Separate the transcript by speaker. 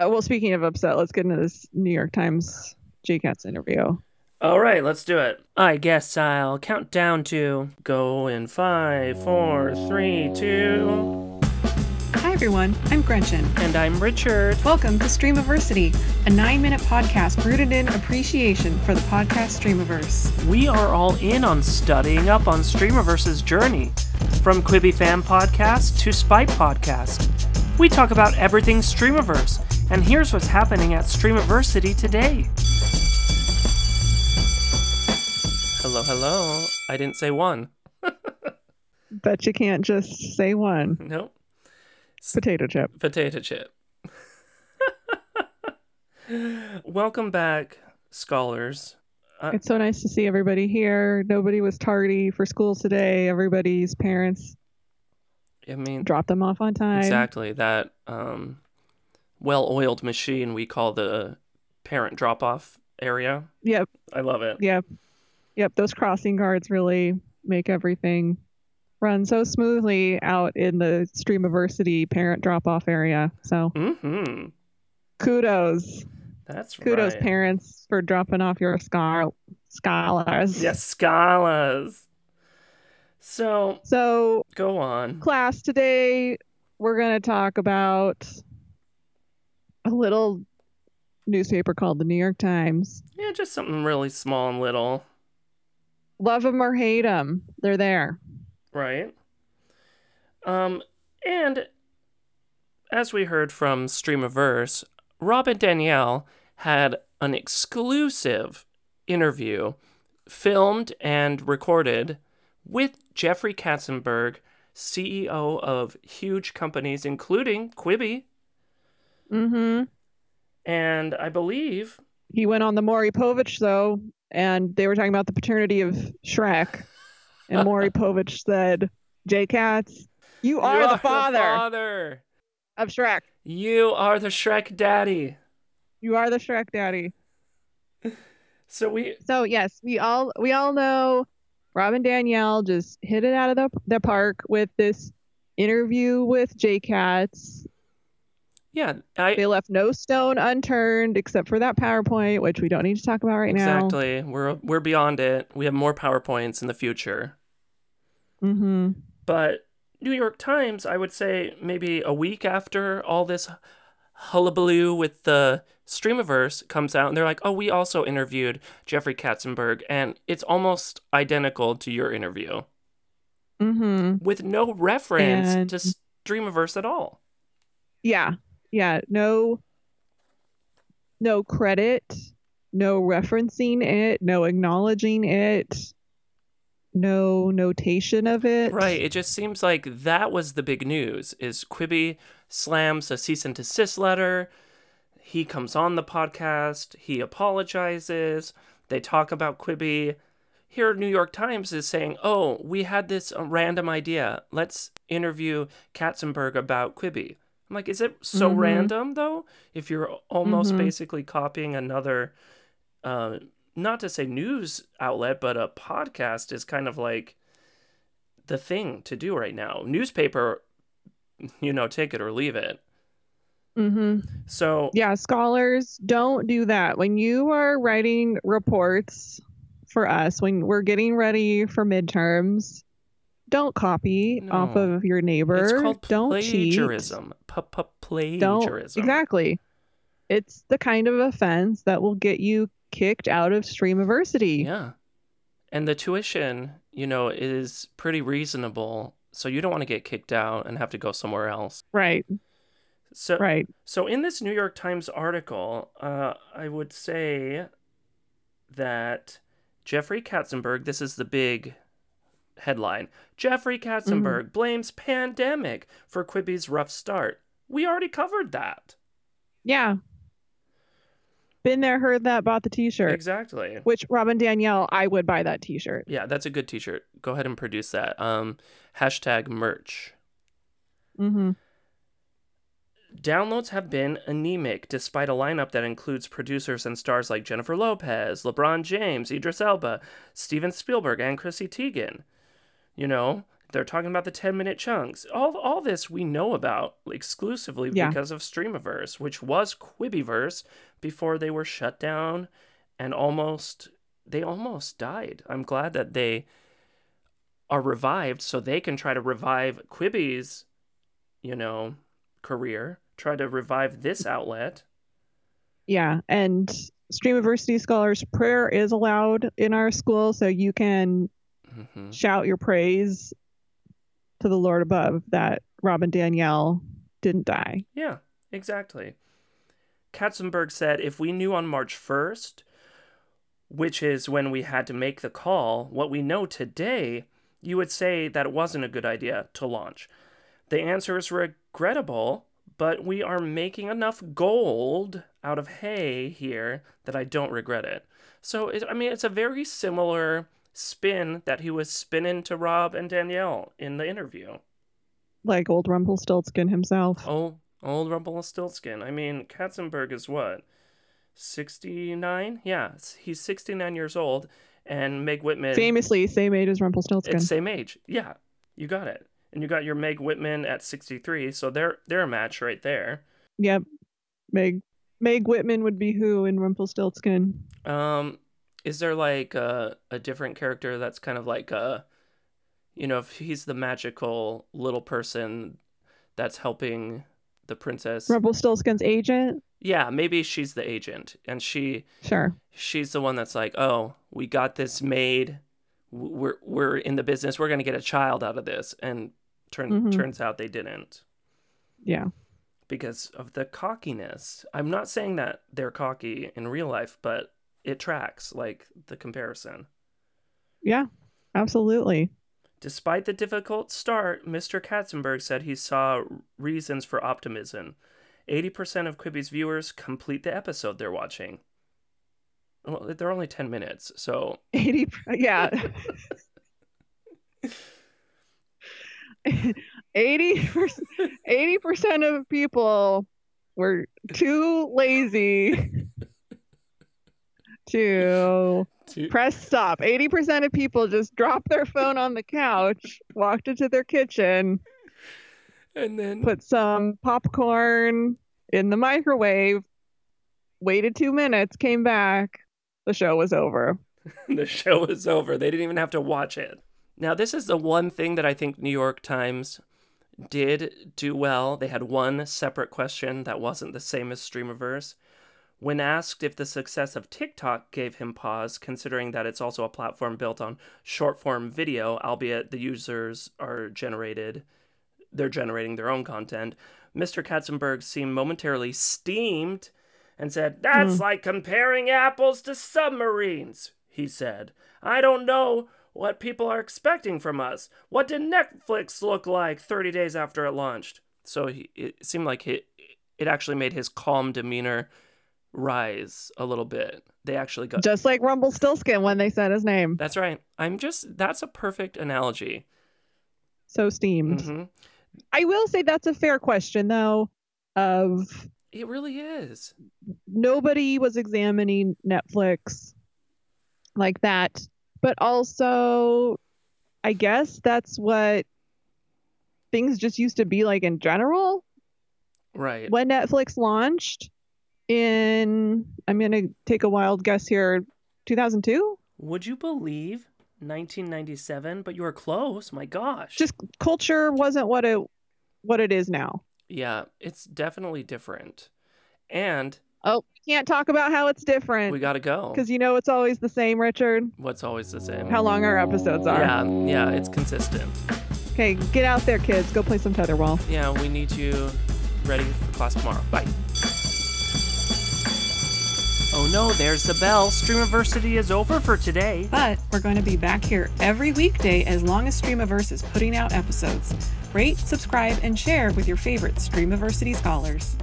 Speaker 1: Uh, well, speaking of upset, let's get into this New York Times J Cats interview.
Speaker 2: All right, let's do it. I guess I'll count down to go in five, four, three, two.
Speaker 3: Hi, everyone. I'm Gretchen.
Speaker 2: And I'm Richard.
Speaker 3: Welcome to Streamiversity, a nine minute podcast rooted in appreciation for the podcast Streamiverse.
Speaker 2: We are all in on studying up on Streamiverse's journey, from Quibi Fan Podcast to Spite Podcast. We talk about everything Streamiverse, and here's what's happening at Streamiversity today. Hello, hello. I didn't say one.
Speaker 1: Bet you can't just say one
Speaker 2: Nope.
Speaker 1: potato chip.
Speaker 2: potato chip. Welcome back, scholars.
Speaker 1: It's so nice to see everybody here. Nobody was tardy for school today. Everybody's parents
Speaker 2: I mean,
Speaker 1: dropped them off on time.
Speaker 2: exactly that um, well-oiled machine we call the parent drop-off area.
Speaker 1: Yep,
Speaker 2: I love it.
Speaker 1: yep, yep. Those crossing guards really make everything run so smoothly out in the Streamiversity parent drop off area. So
Speaker 2: Mm-hmm.
Speaker 1: kudos,
Speaker 2: That's
Speaker 1: kudos,
Speaker 2: right.
Speaker 1: parents, for dropping off your scar- scholars.
Speaker 2: Yes, scholars. So
Speaker 1: So
Speaker 2: go on.
Speaker 1: class today we're going to talk about a little newspaper called the new york times
Speaker 2: Yeah, just something really small and little,
Speaker 1: love them or hate them they're there
Speaker 2: right? Um, and as we heard from Streamiverse, Rob and Danielle had an exclusive interview filmed and recorded with Jeffrey Katzenberg, CEO of huge companies including Quibi,
Speaker 1: mm-hmm
Speaker 2: and I believe
Speaker 1: he went on the maury povich though and they were talking about the paternity of shrek and maury povich said jay katz you are,
Speaker 2: You
Speaker 1: the, father
Speaker 2: father.
Speaker 1: of shrek
Speaker 2: You are the Shrek daddy.
Speaker 1: you are the shrek daddy
Speaker 2: So we
Speaker 1: so yes we all we all know rob and danielle just hit it out of the, the park with this interview with j katz
Speaker 2: yeah, I
Speaker 1: they left no stone unturned except for that powerpoint which we don't need to talk about right now
Speaker 2: exactly. We're we're beyond it. We have more PowerPoints in the future.
Speaker 1: mm-hmm.
Speaker 2: But New York Times, I would say maybe a week after all this hullabaloo with the Streamiverse comes out and they're like, "Oh, we also interviewed Jeffrey Katzenberg and it's almost identical to your interview
Speaker 1: Mm-hmm.
Speaker 2: with no reference
Speaker 1: And-
Speaker 2: to Streamiverse at all."
Speaker 1: yeah yeah no no credit no referencing it no acknowledging it no notation of it
Speaker 2: Right. It just seems like that was the big news is Quibi slams a cease and desist letter. He comes on the podcast, he apologizes, they talk about Quibi. Here New York Times is saying, "Oh, we had this uh, random idea. Let's interview Katzenberg about Quibi." I'm like, "Is it so
Speaker 1: Mhm.
Speaker 2: random though? If you're almost
Speaker 1: Mhm.
Speaker 2: basically copying another uh not to say news outlet, but a podcast is kind of like the thing to do right now. Newspaper, you know, take it or leave it.
Speaker 1: mm-hmm
Speaker 2: So,
Speaker 1: yeah scholars don't do that when you are writing reports for us when we're getting ready for midterms don't copy
Speaker 2: No.
Speaker 1: off of your neighbor
Speaker 2: it's called
Speaker 1: don't cheat
Speaker 2: plagiarism. P-p-
Speaker 1: don't
Speaker 2: Plagiarism.
Speaker 1: exactly it's the kind of offense that will get you kicked out of streamiversity
Speaker 2: Yeah. And the tuition, you know, is pretty reasonable. So you don't want to get kicked out and have to go somewhere else.
Speaker 1: right
Speaker 2: So,
Speaker 1: right
Speaker 2: So, in this New York Times article, uh, I would say that Jeffrey Katzenberg, this is the big headline Jeffrey Katzenberg blames pandemic for Quibi's rough start. We already covered that.
Speaker 1: yeah been there heard that bought the t-shirt
Speaker 2: Exactly.
Speaker 1: which robin danielle i would buy that t-shirt
Speaker 2: Yeah, that's a good t shirt. Go ahead and produce that. Um, hashtag merch.
Speaker 1: mm-hmm.
Speaker 2: Downloads have been anemic despite a lineup that includes producers and stars like Jennifer Lopez, LeBron James, Idris Elba, Steven Spielberg, and Chrissy Teigen. You know, They're talking about the 10 minute chunks. All, all this we know about exclusively
Speaker 1: Yeah.
Speaker 2: because of Streamiverse, which was Quibiverse before they were shut down and almost they almost died. I'm glad that they are revived so they can try to revive Quibi's, you know, career, try to revive this outlet.
Speaker 1: Yeah, and Streamiversity scholars prayer is allowed in our school, so you can
Speaker 2: hmm
Speaker 1: shout your praise to the Lord above that Robin Danielle didn't die.
Speaker 2: Yeah, exactly. Katzenberg said if we knew on March 1st, which is when we had to make the call, what we know today, you would say that it wasn't a good idea to launch. The answer is regrettable, but we are making enough gold out of hay here that I don't regret it. So, it, I mean, it's a very similar spin that he was spinning to Rob and Danielle in the interview.
Speaker 1: Like old Rumpelstiltskin himself.
Speaker 2: Old old Rumpelstiltskin. I mean, Katzenberg is what? 69? Yeah, s- he's 69 years old and Meg Whitman
Speaker 1: Famously, same age as Rumpelstiltskin.
Speaker 2: it's same age. Yeah. You got it. And you got your Meg Whitman at 63, so they're they're a match right there.
Speaker 1: Yep. Meg Meg Whitman would be who in Rumpelstiltskin?
Speaker 2: Um is there like a a different character that's kind of like a you know, if he's the magical little person that's helping the princess.
Speaker 1: Rumpelstiltskin's agent?
Speaker 2: Yeah, maybe she's the agent and she
Speaker 1: Sure.
Speaker 2: she's the one that's like, "Oh, we got this made. W- We're we're in the business. We're gonna get a child out of this." And turn
Speaker 1: Mhm.
Speaker 2: turns out they didn't
Speaker 1: Yeah.
Speaker 2: because of the cockiness. I'm not saying that they're cocky in real life, but it tracks like the comparison.
Speaker 1: Yeah. Absolutely.
Speaker 2: Despite the difficult start, Mr. Katzenberg said he saw reasons for optimism. 80% of Quibi's viewers complete the episode they're watching. Well, they're only 10 minutes, so
Speaker 1: 80 yeah 80 80 percent of people were too lazy to press stop 80 percent of people just dropped their phone on the couch walked into their kitchen
Speaker 2: and then
Speaker 1: put some popcorn in the microwave waited two minutes came back the show was over
Speaker 2: the show is over. They didn't even have to watch it. Now, this is the one thing that I think New York Times did do well. They had one separate question that wasn't the same as Streamiverse. When asked if the success of TikTok gave him pause, considering that it's also a platform built on short form video, albeit the users are generated, they're generating their own content, Mr. Katzenberg seemed momentarily steamed and said, That's like comparing apples to submarines, he said. I don't know what people are expecting from us. What did Netflix look like 30 days after it launched? So he, it seemed like he, it actually made his calm demeanor rise a little bit. They actually got.
Speaker 1: just like rumble stillskin when they said his name
Speaker 2: That's right. I'm just. That's a perfect analogy.
Speaker 1: so steamed.
Speaker 2: hmm
Speaker 1: I will say that's a fair question though. Of
Speaker 2: It really is.
Speaker 1: nobody was examining Netflix like that, but also, I guess that's what things just used to be like in general.
Speaker 2: Right.
Speaker 1: When Netflix launched in, I'm gonna take a wild guess here, 2002.
Speaker 2: Would you believe 1997? But you were close. My gosh.
Speaker 1: Just culture wasn't what it what it is now.
Speaker 2: Yeah, it's definitely different. And
Speaker 1: Oh, we can't talk about how it's
Speaker 2: we
Speaker 1: different
Speaker 2: gotta go.
Speaker 1: because you know it's always the same, Richard.
Speaker 2: What's always the same?
Speaker 1: how long our episodes are.
Speaker 2: Yeah, yeah, it's consistent.
Speaker 1: Okay, get out there, kids. Go play some tetherball.
Speaker 2: Yeah, we need you ready for class tomorrow. Bye. Oh no, there's the bell. Streamiversity is over for today.
Speaker 3: But we're going to be back here every weekday as long as Streamiverse is putting out episodes. Rate, subscribe, and share with your favorite Streamiversity scholars.